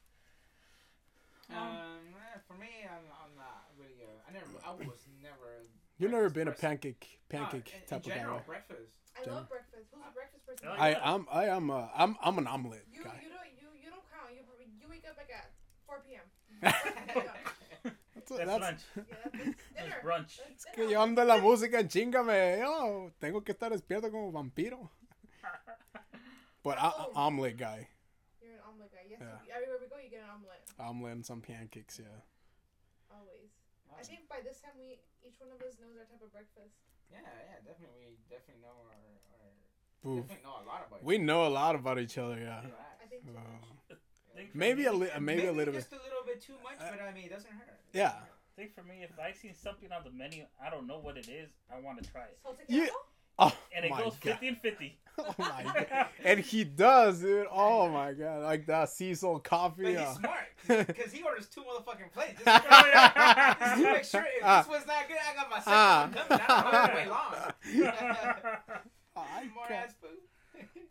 Speaker 2: Um, eh, for me, I'm, I'm not really. A, I never. I was never. a
Speaker 1: You've never
Speaker 2: breakfast
Speaker 1: been a
Speaker 2: person.
Speaker 1: pancake pancake
Speaker 2: no, Uh, in,
Speaker 1: type
Speaker 2: in
Speaker 1: of guy.
Speaker 2: general,
Speaker 1: right?
Speaker 2: breakfast.
Speaker 3: I
Speaker 1: Jenny?
Speaker 3: love breakfast. Who's a breakfast person?
Speaker 4: Oh,
Speaker 1: I
Speaker 4: yeah.
Speaker 1: I'm I am uh, I'm I'm an omelet
Speaker 3: You
Speaker 1: guy.
Speaker 3: you don't you you don't count. You you wake up like at four p.m.
Speaker 1: That's,
Speaker 4: That's,
Speaker 1: that's,
Speaker 4: lunch.
Speaker 3: Yeah, that's
Speaker 4: That's
Speaker 3: dinner.
Speaker 4: brunch.
Speaker 1: es
Speaker 3: That's
Speaker 1: que
Speaker 3: dinner.
Speaker 1: llevando la música, chingame. Yo, tengo que estar despierto como vampiro. But I,
Speaker 3: Oh.
Speaker 1: I- omelet guy,
Speaker 3: You're an omelet guy. Yes,
Speaker 1: Yeah.
Speaker 3: you, everywhere we go, you get an omelet
Speaker 1: omelet and some pancakes. Yeah.
Speaker 3: always. I think by this time we each one of us knows our type of breakfast.
Speaker 2: Yeah, yeah, definitely. We definitely know our. our
Speaker 1: Oof.
Speaker 2: definitely know a lot about.
Speaker 1: We
Speaker 2: each
Speaker 1: know a lot about each other. Yeah.
Speaker 2: other.
Speaker 3: I
Speaker 2: Right.
Speaker 3: think. too
Speaker 1: Uh,
Speaker 3: much.
Speaker 4: Think for
Speaker 1: maybe
Speaker 4: me-
Speaker 1: a li- maybe, a little bit.
Speaker 2: just a little bit too much,
Speaker 1: Uh,
Speaker 2: but I mean, it doesn't hurt.
Speaker 1: Yeah.
Speaker 4: think for me, if I see something on the menu, I don't know what it is, I want to try it,
Speaker 3: So take
Speaker 1: You-
Speaker 3: it out?
Speaker 1: Oh
Speaker 4: and it
Speaker 1: my
Speaker 4: goes
Speaker 1: god.
Speaker 4: fifty and fifty.
Speaker 1: Oh my god. And he does, dude. Oh my god. Like that Cecil
Speaker 2: But
Speaker 1: coffee.
Speaker 2: he's
Speaker 1: uh,
Speaker 2: smart because he orders two motherfucking plates.
Speaker 4: Oh,
Speaker 2: Just to, just to make sure if
Speaker 1: Ah.
Speaker 2: this one's not good, I got my second
Speaker 1: Ah.
Speaker 2: one coming. I don't want to wait long.
Speaker 4: I
Speaker 1: I
Speaker 2: More
Speaker 1: can't-
Speaker 2: ass food.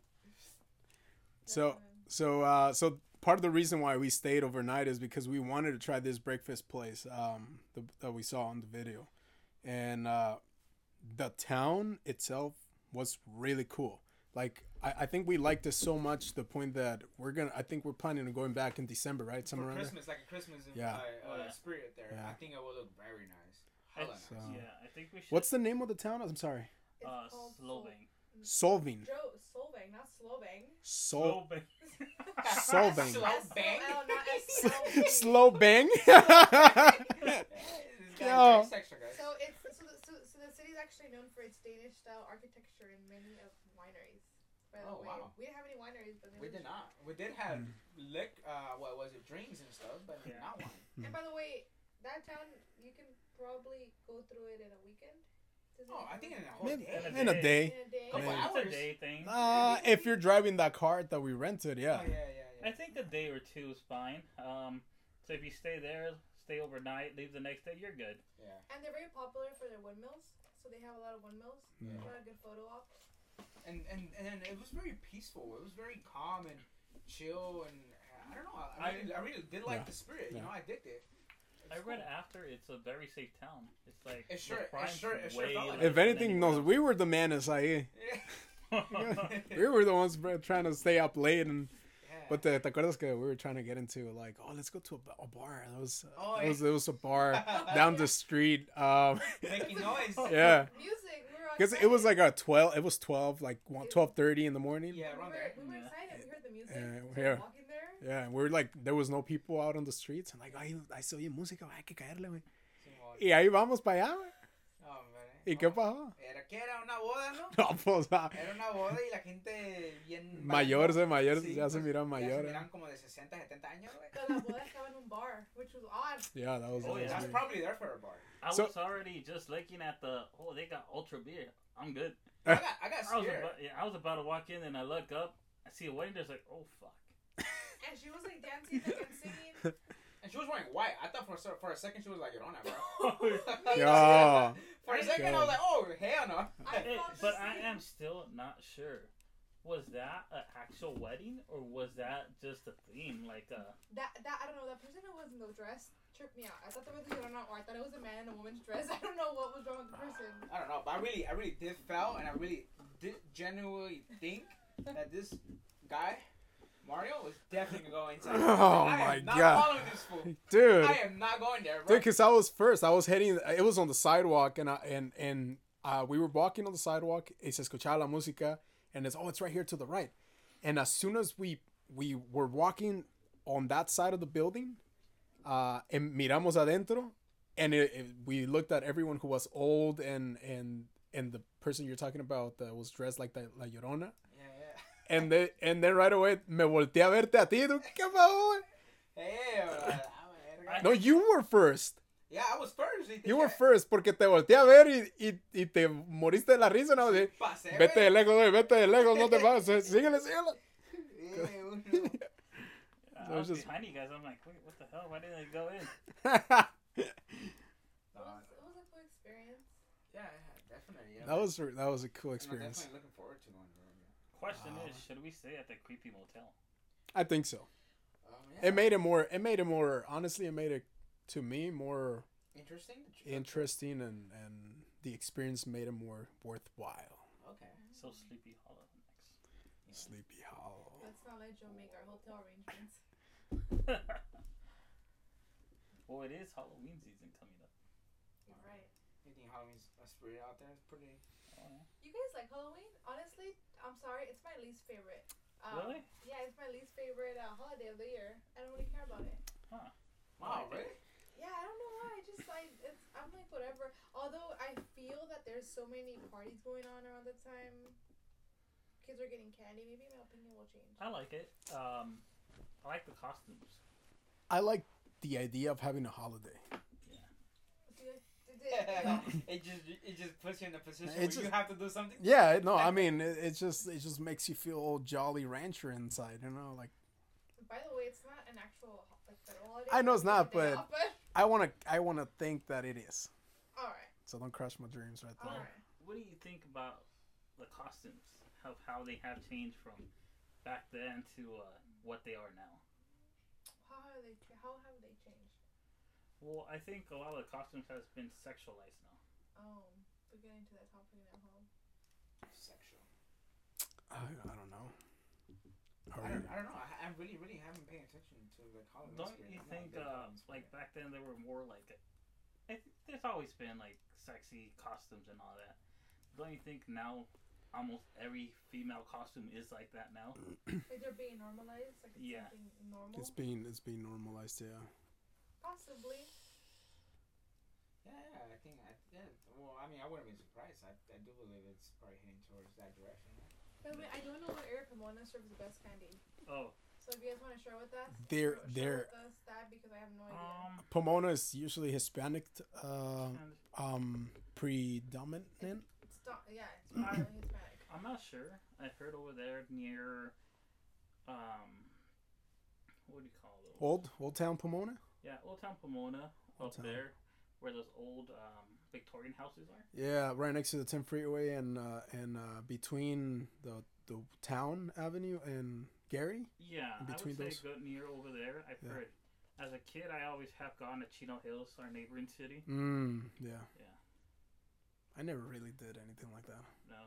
Speaker 1: So- So, uh, so part of the reason why we stayed overnight is because we wanted to try this breakfast place um, the, that we saw on the video, and uh, the town itself was really cool. Like, I, I think we liked it so much to the point that we're gonna. I think we're planning on going back in December, right?
Speaker 2: For
Speaker 1: Somewhere around there.
Speaker 2: Christmas, like a Christmas
Speaker 1: Yeah.
Speaker 2: uh,
Speaker 4: Oh, yeah.
Speaker 2: uh, spirit there.
Speaker 1: Yeah.
Speaker 2: I think it will look very nice. Hella nice.
Speaker 1: So-
Speaker 4: yeah, I think we should.
Speaker 1: What's the name of the town? I'm sorry,
Speaker 3: It's
Speaker 4: uh,
Speaker 3: called Sol-
Speaker 4: Slovene?
Speaker 1: Solving.
Speaker 3: Jo Solvang, not Slovang.
Speaker 1: Sol. Sol bang.
Speaker 4: Slovene.
Speaker 2: Slow bang.
Speaker 3: S-O-L, not
Speaker 1: S-
Speaker 3: S-O-V.
Speaker 1: Slow bang.
Speaker 2: This
Speaker 1: Yo.
Speaker 2: guy's very sexual, guys.
Speaker 3: So it's so the, so, so the city's actually known for its Danish style architecture and many of wineries. By the
Speaker 2: Oh,
Speaker 3: way,
Speaker 2: wow.
Speaker 3: we didn't have any wineries, but
Speaker 2: We
Speaker 3: we
Speaker 2: did not. We did have
Speaker 1: Mm.
Speaker 2: lick. Uh, what was it? Drinks and stuff, but
Speaker 4: Yeah.
Speaker 2: not wine.
Speaker 1: Hmm.
Speaker 3: And by the way, that town you can probably go through it in a weekend. Doesn't
Speaker 2: Oh,
Speaker 3: it
Speaker 2: I think in
Speaker 3: take
Speaker 2: a
Speaker 3: long?
Speaker 2: whole
Speaker 1: in,
Speaker 2: day.
Speaker 1: in a
Speaker 3: in
Speaker 1: day.
Speaker 3: a day.
Speaker 2: Couple
Speaker 1: Man.
Speaker 4: It's a
Speaker 2: hours.
Speaker 4: day thing.
Speaker 1: Uh, if you're driving that cart that we rented, yeah.
Speaker 2: Oh, yeah, yeah, yeah.
Speaker 4: I think a day or two is fine. Um, so if you stay there, stay overnight, leave the next day, you're good.
Speaker 2: yeah.
Speaker 3: And they're very popular for their windmills, so they have a lot of windmills.
Speaker 1: Yeah.
Speaker 3: A lot of good photo ops.
Speaker 2: And, and and it was very peaceful. It was very calm and chill. And uh, I don't know. I, I,
Speaker 4: I-
Speaker 2: really, I really did like
Speaker 1: Yeah.
Speaker 2: the spirit.
Speaker 1: Yeah.
Speaker 2: You know, I did it.
Speaker 4: I
Speaker 2: It's
Speaker 4: read
Speaker 2: cool.
Speaker 4: after it's a very safe town. It's like
Speaker 2: It sure-
Speaker 4: the
Speaker 2: it
Speaker 4: crime's
Speaker 2: sure- it sure
Speaker 4: way
Speaker 2: felt like
Speaker 4: less
Speaker 2: it.
Speaker 1: If
Speaker 4: than
Speaker 1: anything, no,
Speaker 4: anywhere
Speaker 1: we were the menace, ahí.
Speaker 4: else.
Speaker 1: we were the ones bro, trying to stay up late and
Speaker 2: Yeah.
Speaker 1: but the, te acuerdas que we were trying to get into like oh let's go to a, ba- a bar it was, uh,
Speaker 2: Oh,
Speaker 1: it was it was a bar down the street um
Speaker 2: making noise.
Speaker 1: yeah
Speaker 3: Music. We were
Speaker 1: because it was like a 12 it was 12 like 12 30 in the morning
Speaker 2: Yeah, around
Speaker 3: we were,
Speaker 2: there.
Speaker 3: we were
Speaker 4: Yeah.
Speaker 3: excited. We heard the music.
Speaker 1: Yeah,
Speaker 3: we
Speaker 1: yeah.
Speaker 3: were walking there.
Speaker 1: yeah and we were like there was no people out on the streets and like ay, ay, se oye música hay que caerle wey.
Speaker 2: Simón.
Speaker 1: y ahí vamos para allá wey.
Speaker 2: Oh, man.
Speaker 1: y qué
Speaker 2: Oh.
Speaker 1: pasó
Speaker 2: Era que era una boda, ¿no?
Speaker 1: no pues ah,
Speaker 2: Era una boda y la gente bien.
Speaker 1: mayor se mayor
Speaker 2: Sí,
Speaker 1: ya se
Speaker 2: pues,
Speaker 1: miran
Speaker 2: Ya se
Speaker 1: mayor ¿eh?
Speaker 2: miran como de 60, 70 años, güey.
Speaker 3: But la boda estaba en un bar, which was odd.
Speaker 1: yeah that was,
Speaker 4: Oh,
Speaker 1: that
Speaker 4: yeah.
Speaker 1: was
Speaker 2: That's
Speaker 1: weird.
Speaker 2: probably there for a bar.
Speaker 4: I
Speaker 1: So-
Speaker 4: was already just looking at the oh they got ultra beer. I'm good.
Speaker 2: I got, I got
Speaker 4: I was
Speaker 2: scared.
Speaker 4: about, yeah, I was about to walk in and I look up, I see a wedding dress like oh fuck.
Speaker 3: And she was like dancing like, and singing.
Speaker 2: And she was wearing white. I thought for a, cer- for a second she was like Llorona, bro.
Speaker 3: Yeah.
Speaker 1: Yeah.
Speaker 2: For a second, I was like, oh, hell no.
Speaker 3: I-
Speaker 4: It-
Speaker 3: thought
Speaker 4: but
Speaker 3: the
Speaker 4: I
Speaker 3: same.
Speaker 4: am still not sure. Was that an actual wedding or was that just a theme like uh
Speaker 3: That that I don't know. That person who was in the dress tripped me out. I thought there was a girl or I thought it was a man in a woman's dress. I don't know what was wrong with the person.
Speaker 2: I don't know, but I really, I really did fell, and I really did genuinely think that this guy, Mario, was definitely going to.
Speaker 1: Oh,
Speaker 2: I
Speaker 1: my
Speaker 2: am not
Speaker 1: God.
Speaker 2: following this fool.
Speaker 1: dude
Speaker 2: I am not going there, bro.
Speaker 1: Dude, because I was first. I was heading. It was on the sidewalk, and I and and uh, we were walking on the sidewalk. It says escuchaba la música, and it's oh, it's right here to the right. And as soon as we we were walking on that side of the building, uh, and miramos adentro, and it, it, we looked at everyone who was old and and and the person you're talking about that was dressed like the la llorona.
Speaker 2: Yeah, yeah.
Speaker 1: And then and then right away me volteé a verte a ti, tú, ¿qué favor?
Speaker 2: Hey, uh, I'm a-
Speaker 4: I-
Speaker 1: No, you were first.
Speaker 2: Yeah, I was first. y-
Speaker 1: You were first porque te volteé a ver y, y, y te moriste de la risa. ¿no? De,
Speaker 2: Pasé, güey.
Speaker 1: vete de lejos, güey, vete de lejos, no te pases. Síguele, síguele.
Speaker 2: Eh, uno.
Speaker 4: I
Speaker 1: So
Speaker 4: was
Speaker 1: it's just-
Speaker 4: behind you guys. I'm like, wait, what the hell? Why didn't they go in?
Speaker 3: It was, it was a cool experience.
Speaker 2: Yeah, yeah, definitely. Yeah.
Speaker 1: that was that was a cool
Speaker 2: And I'm
Speaker 1: experience.
Speaker 2: definitely looking forward to one.
Speaker 4: Question
Speaker 1: Wow.
Speaker 4: is, should we stay at the creepy motel?
Speaker 1: I think so.
Speaker 2: Um, yeah.
Speaker 1: It made it more. It made it more. Honestly, it made it to me more
Speaker 2: interesting.
Speaker 1: interesting, and and the experience made it more worthwhile.
Speaker 2: Okay.
Speaker 4: So
Speaker 3: Mm.
Speaker 4: Sleepy Hollow
Speaker 1: Sleepy Hollow.
Speaker 3: Let's not let Joe make our hotel arrangements.
Speaker 4: next. well, it is Halloween season coming up.
Speaker 3: All right.
Speaker 2: You think Halloween's a spirit out there? It's pretty.
Speaker 4: Oh, yeah.
Speaker 3: You guys like Halloween? Honestly, I'm sorry, it's my least favorite. Um,
Speaker 4: Really?
Speaker 3: Yeah, it's my least favorite uh, holiday of the year. I don't really care about it.
Speaker 2: Wow,
Speaker 4: Okay.
Speaker 2: really?
Speaker 3: Yeah, I don't know why. I just like it's. I'm like whatever. Although I feel that there's so many parties going on around the time. Kids are getting candy. Maybe my opinion will change.
Speaker 4: I like it. Um, I like the costumes.
Speaker 1: I like the idea of having a holiday.
Speaker 3: Do you- do you-
Speaker 2: it just it just puts you in a position
Speaker 1: It's
Speaker 2: where you
Speaker 1: just-
Speaker 2: have to do something.
Speaker 1: Yeah, no, I mean it, it just it just makes you feel old jolly rancher inside, you know. Like
Speaker 3: By the way, it's not an actual ho- like federal holiday.
Speaker 1: I know it's not,
Speaker 3: a day
Speaker 1: but-
Speaker 3: off, but-
Speaker 1: I wanna I wanna think that it is.
Speaker 3: all right,
Speaker 1: So don't crush my dreams right
Speaker 3: all
Speaker 1: there.
Speaker 3: right.
Speaker 4: What do you think about the costumes? How how they have changed from back then to uh, what they are now?
Speaker 3: How have they? Cha- how have they changed?
Speaker 4: Well, I think a lot of the costumes has been sexualized now.
Speaker 3: Oh, we're getting to that topic at home.
Speaker 2: Sexual.
Speaker 1: I, I don't know. Are
Speaker 2: I don't,
Speaker 1: we-
Speaker 2: I don't know. I, I really, really haven't paid attention to the Halloween
Speaker 4: Don't
Speaker 2: spirit.
Speaker 4: you
Speaker 2: I'm not a
Speaker 4: think
Speaker 2: big
Speaker 4: uh,
Speaker 2: Halloween spirit.
Speaker 4: like back then they were more like I think there's always been like sexy costumes and all that. Don't you think now almost every female costume is like that now?
Speaker 3: Like they're being normalized. Like it's
Speaker 4: Yeah.
Speaker 3: something normal.
Speaker 1: It's being it's being normalized, yeah.
Speaker 3: Possibly.
Speaker 2: Yeah, yeah, I think. I, yeah. Well, I mean, I wouldn't be surprised. I, I do believe it's probably heading towards that direction.
Speaker 3: By the way, I don't know what area Pomona serves the best candy.
Speaker 4: Oh,
Speaker 3: So if you guys want to share with us,
Speaker 1: They're- they're-
Speaker 3: share with us that because I have no idea.
Speaker 4: um,
Speaker 1: Pomona is usually Hispanic uh,
Speaker 4: and
Speaker 1: um predominant.
Speaker 3: It's not, yeah, it's probably Hispanic.
Speaker 4: I'm not sure. I heard over there near, um, what do you call those?
Speaker 1: Old Old Town Pomona?
Speaker 4: Yeah, Old Town Pomona
Speaker 1: Old
Speaker 4: up
Speaker 1: Town.
Speaker 4: there, where those old um, Victorian houses are.
Speaker 1: Yeah, right next to the 10 freeway and uh, and uh, between the the town avenue and Gary.
Speaker 4: Yeah,
Speaker 1: In between
Speaker 4: I would
Speaker 1: those?
Speaker 4: say go near over there. I've
Speaker 1: Yeah.
Speaker 4: heard. As a kid, I always have gone to Chino Hills, our neighboring city.
Speaker 1: Mm, yeah.
Speaker 4: Yeah.
Speaker 1: I never really did anything like that.
Speaker 4: No.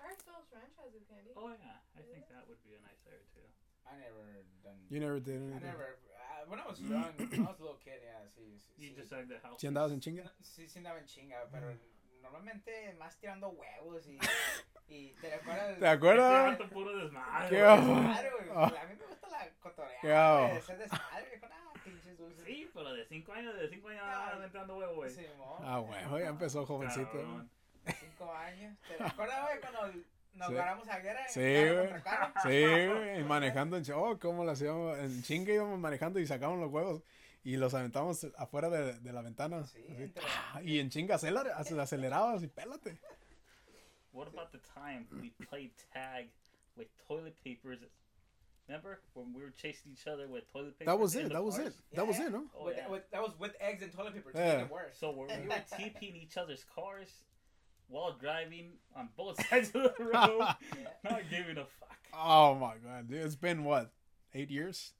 Speaker 3: I heard Phillips Ranch has good candy.
Speaker 4: Oh yeah, I think that would be a nice area too.
Speaker 2: I never done.
Speaker 1: You never did anything.
Speaker 2: I never. I, when I was young, when I was a little kid, yeah, sí, sí.
Speaker 4: You
Speaker 2: sí.
Speaker 4: just like the house.
Speaker 1: ¿Sí andabas en chinga?
Speaker 2: Sí, sí andaba en chinga, pero
Speaker 1: Mm.
Speaker 2: normalmente más tirando huevos y, y te acuerdas.
Speaker 1: ¿Te acuerdas?
Speaker 4: Te puro desmadre.
Speaker 1: Qué
Speaker 4: güey.
Speaker 1: ojo.
Speaker 2: Claro, güey,
Speaker 1: Ah.
Speaker 2: A mí me gusta la cotorreada.
Speaker 1: Qué ojo.
Speaker 2: güey, Hacer desmadre con ah, pinches dulces.
Speaker 4: Sí, pero de cinco años, de cinco años
Speaker 2: Ah,
Speaker 4: aventando huevo, güey.
Speaker 2: Sí, mo,
Speaker 1: Ah, bueno, ya empezó jovencito.
Speaker 4: Cabrón.
Speaker 2: Cinco años. ¿Te acuerdas, güey, cuando nos
Speaker 1: Sí.
Speaker 2: paramos a guerra? en
Speaker 1: Sí,
Speaker 2: carro
Speaker 1: güey.
Speaker 2: contra carro?
Speaker 1: Sí, güey, y manejando en chinga. Oh, ¿cómo lo hacíamos? En chinga íbamos manejando y sacábamos los huevos y los aventamos afuera de, de la ventana.
Speaker 2: Sí,
Speaker 1: Así,
Speaker 2: entre-
Speaker 1: ¡pah! y en chinga aceler- ac- acelerabas y pélate.
Speaker 4: What about the time we played tag with toilet papers? Remember when we were chasing each other with toilet papers?
Speaker 1: That was
Speaker 4: in
Speaker 1: it,
Speaker 4: the
Speaker 1: that was it.
Speaker 4: cars?
Speaker 1: That was it, ¿no?
Speaker 4: Oh,
Speaker 2: With-
Speaker 4: yeah.
Speaker 2: with- that was with eggs and toilet paper. To
Speaker 1: Yeah.
Speaker 2: make it worse.
Speaker 4: So we're, we were TPing each other's cars while driving on both sides of the road, not giving a fuck.
Speaker 1: Oh my god, dude, it's been what? Eight years?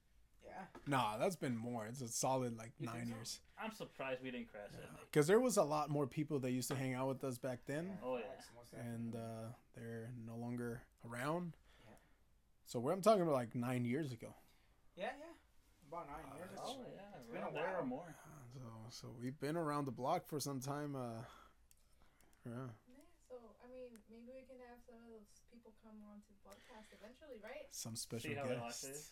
Speaker 2: yeah.
Speaker 4: Oh,
Speaker 1: Nah, that's been more. It's a solid like
Speaker 2: You think
Speaker 1: nine
Speaker 2: so?
Speaker 1: years.
Speaker 4: I'm surprised we didn't crash that night.
Speaker 1: Because there was a lot more people that used to hang out with us back then,
Speaker 4: Oh, yeah.
Speaker 2: facts, most
Speaker 1: and
Speaker 2: definitely.
Speaker 1: uh, they're no longer around.
Speaker 2: Yeah.
Speaker 1: So we're I'm talking about like nine years ago.
Speaker 2: yeah, yeah. About nine
Speaker 1: Uh,
Speaker 2: years.
Speaker 4: Oh
Speaker 2: It's
Speaker 4: yeah,
Speaker 2: been a
Speaker 4: around there
Speaker 2: while.
Speaker 4: or more.
Speaker 1: Uh, So so we've been around the block for some time. Uh, yeah.
Speaker 3: Yeah, so, I mean, maybe we can have some of those people come on to the podcast eventually, right?
Speaker 1: Some
Speaker 4: See
Speaker 1: special
Speaker 4: how it
Speaker 1: guests.
Speaker 4: is.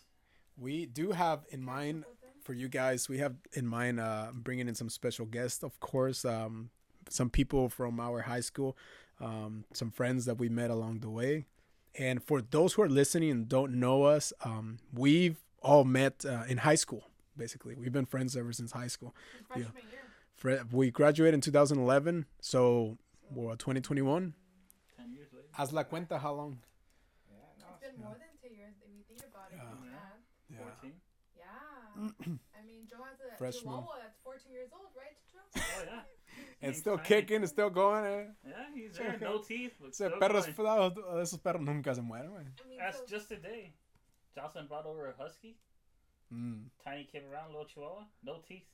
Speaker 1: We do have in
Speaker 3: Catch up
Speaker 1: mind
Speaker 3: with them.
Speaker 1: for you guys. We have in mind uh, bringing in some special guests, of course. Um, some people from our high school, um, some friends that we met along the way. And for those who are listening and don't know us, um, we've all met uh, in high school. Basically, we've been friends ever since high school.
Speaker 3: Freshman year.
Speaker 1: Fre- We graduated in 2011, so well, 2021.
Speaker 4: Ten years later.
Speaker 1: Haz la cuenta, how long?
Speaker 2: Yeah, no,
Speaker 3: It's been more than two years if you think about it.
Speaker 1: Yeah.
Speaker 3: Yeah.
Speaker 4: Fourteen.
Speaker 3: Yeah. I mean, Joe has a
Speaker 1: Freshman.
Speaker 3: Chihuahua that's 14 years old, right, Joe?
Speaker 4: Oh yeah.
Speaker 1: It's
Speaker 4: He's
Speaker 1: still
Speaker 4: tiny.
Speaker 1: kicking, it's still going. Eh?
Speaker 4: Yeah, he's there. No teeth. But
Speaker 1: Ese
Speaker 4: still
Speaker 1: perro es-
Speaker 4: going.
Speaker 1: esos perros nunca se mueren, güey.
Speaker 3: I mean,
Speaker 4: That's
Speaker 3: so,
Speaker 4: just today. Jocelyn brought over a husky,
Speaker 1: Mm.
Speaker 4: tiny kid around, little chihuahua, no teeth,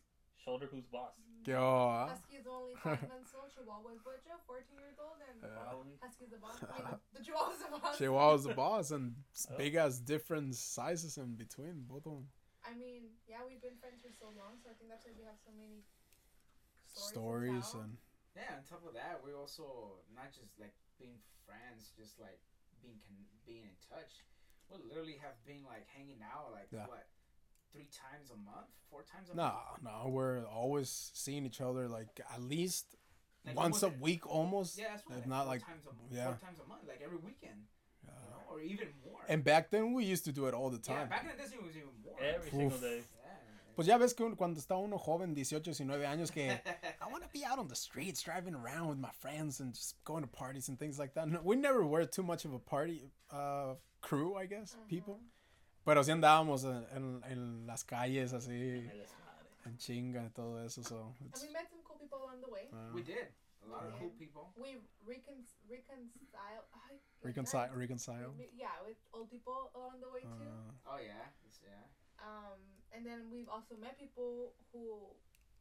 Speaker 4: shoulder who's boss.
Speaker 1: Yo.
Speaker 3: Husky's only five months old. Chihuahua's what, Joe? 14 years old and
Speaker 1: Uh,
Speaker 3: Husky's the boss. I mean, the Chihuahua's the boss.
Speaker 1: Chihuahua's the boss, and s-
Speaker 4: Oh.
Speaker 1: big ass different sizes in between both of them.
Speaker 3: I mean, yeah, we've been friends for so long, so I think that's why we have so many stories.
Speaker 1: Stories
Speaker 3: to tell.
Speaker 1: and
Speaker 2: Yeah, on top of that, we're also not just like being friends, just like being con- being in touch. We literally have been like hanging out like
Speaker 1: Yeah.
Speaker 2: what three times a month, four times a
Speaker 1: no,
Speaker 2: month.
Speaker 1: no, we're always seeing each other like at least
Speaker 2: Like,
Speaker 1: once a
Speaker 2: almost-
Speaker 1: week, almost.
Speaker 2: Yeah, that's what.
Speaker 1: if
Speaker 2: Like,
Speaker 1: not
Speaker 2: four
Speaker 1: like
Speaker 2: times a month,
Speaker 1: yeah.
Speaker 2: four times a month, like every weekend,
Speaker 1: Uh,
Speaker 2: you know, or even more.
Speaker 1: and back then we used to do it all the
Speaker 2: yeah,
Speaker 1: time.
Speaker 2: back in the day it was even more.
Speaker 4: Every
Speaker 1: Oof.
Speaker 4: single day.
Speaker 2: Yeah.
Speaker 1: Pues ya ves que un- cuando está uno joven, 18, 19 años, que I want to be out on the streets, driving around with my friends and just going to parties and things like that. No, we never were too much of a party uh, crew, I guess, people. Pero sí andábamos en, en, en las calles así,
Speaker 4: Ay, that's not it.
Speaker 1: en chinga y todo eso. So
Speaker 3: And
Speaker 1: it's,
Speaker 3: we met some cool people along the way.
Speaker 1: uh,
Speaker 2: we did a lot of
Speaker 3: Yeah.
Speaker 2: cool people.
Speaker 3: We recon- reconcile. I-
Speaker 1: reconcile,
Speaker 3: I-
Speaker 1: reconcile.
Speaker 3: we- Yeah, with old people along the way
Speaker 1: Uh,
Speaker 3: too.
Speaker 2: Oh yeah, it's, yeah.
Speaker 3: Um, and then we've also met people who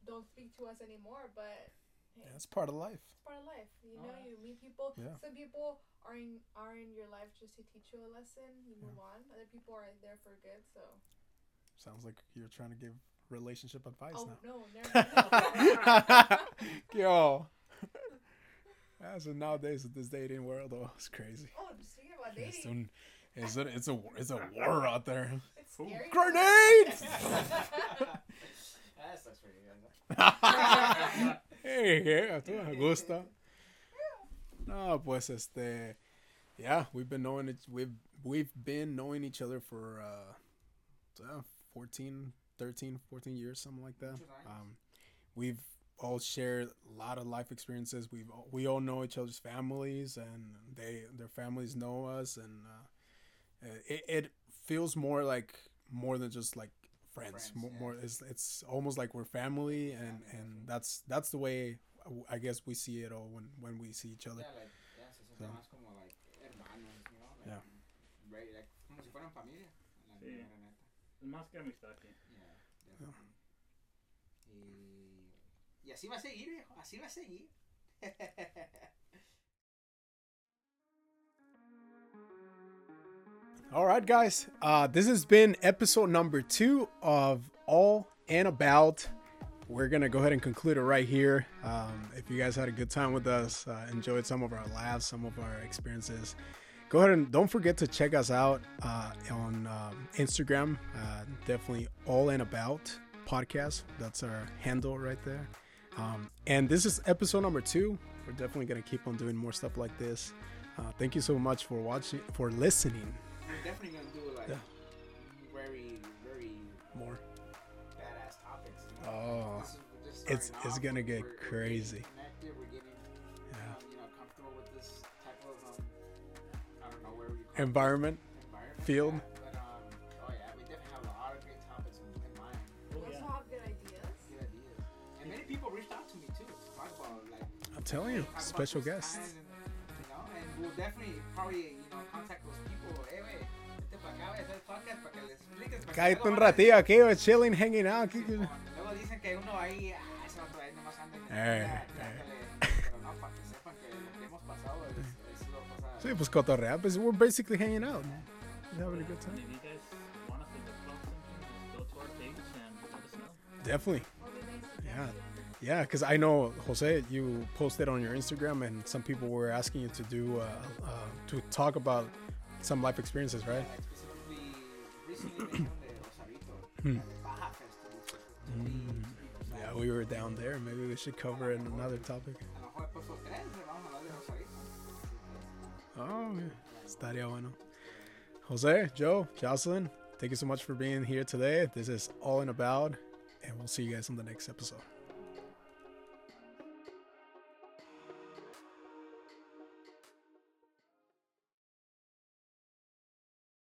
Speaker 3: don't speak to us anymore, but hey,
Speaker 1: yeah, it's part of life.
Speaker 3: it's part of life. You
Speaker 4: Oh,
Speaker 3: know,
Speaker 4: yeah.
Speaker 3: you meet people.
Speaker 1: Yeah.
Speaker 3: Some people are in are in your life just to teach you a lesson. You move on. Other people are there for good. So
Speaker 1: Sounds like you're trying to give relationship advice
Speaker 3: oh
Speaker 1: now.
Speaker 3: no, never. mind.
Speaker 1: Yo. As of Ah, nowadays, this dating world, oh, it's crazy.
Speaker 3: oh, just thinking about
Speaker 1: It's,
Speaker 3: dating.
Speaker 1: un, it's, a, it's, a, it's a war out there.
Speaker 3: It's
Speaker 4: Ooh.
Speaker 3: scary.
Speaker 1: Grenades!
Speaker 2: that sucks for you guys. huh?
Speaker 1: hey, yeah, tú me gusta. No, pues este, yeah, we've been knowing it. We've we've been knowing each other for uh, uh 14, 13, 14 years, something like that.
Speaker 2: Which is nice.
Speaker 1: Um, we've all shared a lot of life experiences. We've all- we all know each other's families, and they their families know us, and uh, it it feels more like more than just like friends.
Speaker 2: Friends,
Speaker 1: more,
Speaker 2: yeah.
Speaker 1: more it's it's almost like we're family, and
Speaker 2: Family,
Speaker 1: and that's that's the way I guess we see it all when when we see each other.
Speaker 2: Yeah, like, yeah, se siente más como, like, hermanos, you know? Like,
Speaker 1: Yeah.
Speaker 2: right, like, como si fueran familia, la
Speaker 4: Sí.
Speaker 2: mera neta.
Speaker 4: Más que amistad aquí.
Speaker 2: Yeah, definitely. Y, y así va a seguir, viejo, así va a seguir.
Speaker 1: All right, guys. Uh, this has been episode number two of All and About. We're gonna go ahead and conclude it right here. Um, if you guys had a good time with us, uh, enjoyed some of our laughs, some of our experiences, go ahead and don't forget to check us out uh, on um, Instagram. Uh, definitely All and About podcast. That's our handle right there. Um, and this is episode number two. We're definitely gonna keep on doing more stuff like this. Uh, thank you so much for watching, for listening.
Speaker 2: We're definitely gonna do, like, very, very
Speaker 1: More.
Speaker 2: badass topics. You know?
Speaker 1: Oh,
Speaker 2: This is- we're just
Speaker 1: it's-
Speaker 2: starting
Speaker 1: it's
Speaker 2: off,
Speaker 1: gonna get
Speaker 2: we're- we're getting
Speaker 1: crazy.
Speaker 2: connected, We're getting,
Speaker 1: Yeah.
Speaker 2: um, you know, comfortable with this type of, um, I don't know, where we call it,
Speaker 1: Environment.
Speaker 2: environment.
Speaker 1: Field.
Speaker 2: Yeah, but, um, oh yeah, we definitely have a lot of great topics in, in mind.
Speaker 3: We
Speaker 4: Oh,
Speaker 3: also
Speaker 4: yeah.
Speaker 3: have good ideas.
Speaker 2: Good ideas. And many people reached out to me too to talk about like
Speaker 1: I'm telling you,
Speaker 2: talk about
Speaker 1: Oh, special
Speaker 2: those
Speaker 1: guest.
Speaker 2: times And, you know, and we'll definitely probably you know contact those people. Hey, wait, vete pa' acá, voy a hacer podcast para que les expliques. pa' que
Speaker 1: Cállate
Speaker 2: luego
Speaker 1: un
Speaker 2: van a
Speaker 1: ratillo aquí, we're chilling, hanging out.
Speaker 2: decir, como- Luego dicen que uno ahí, ah, ese otro ahí nomás anda. en
Speaker 1: Eh,
Speaker 2: la-
Speaker 1: eh.
Speaker 2: dándole", Pero no, para que sepan que lo que hemos pasado es, es lo pasado.
Speaker 1: Sí, pues cotorrear, pues we're basically hanging out. We're having a good
Speaker 4: If
Speaker 1: time.
Speaker 4: you guys want us to think about something, just go to our page and let us know.
Speaker 1: Definitely.
Speaker 3: Or we may
Speaker 1: Yeah.
Speaker 3: suggest you-
Speaker 1: Yeah, because I know, Jose, you posted on your Instagram and some people were asking you to do, uh, uh, to talk about some life experiences, right?
Speaker 2: Like specifically, recently they found the Osarito, the Baja Fest, to be- to be- to be precise.
Speaker 1: Hmm. Yeah, we were down there. Maybe we should cover it in another topic.
Speaker 2: A lo mejor puesto tres, le vamos a hablar de Rosarito.
Speaker 1: Oh, yeah. Estaría bueno. Jose, Joe, Jocelyn, thank you so much for being here today. This is All in About, and we'll see you guys on the next episode.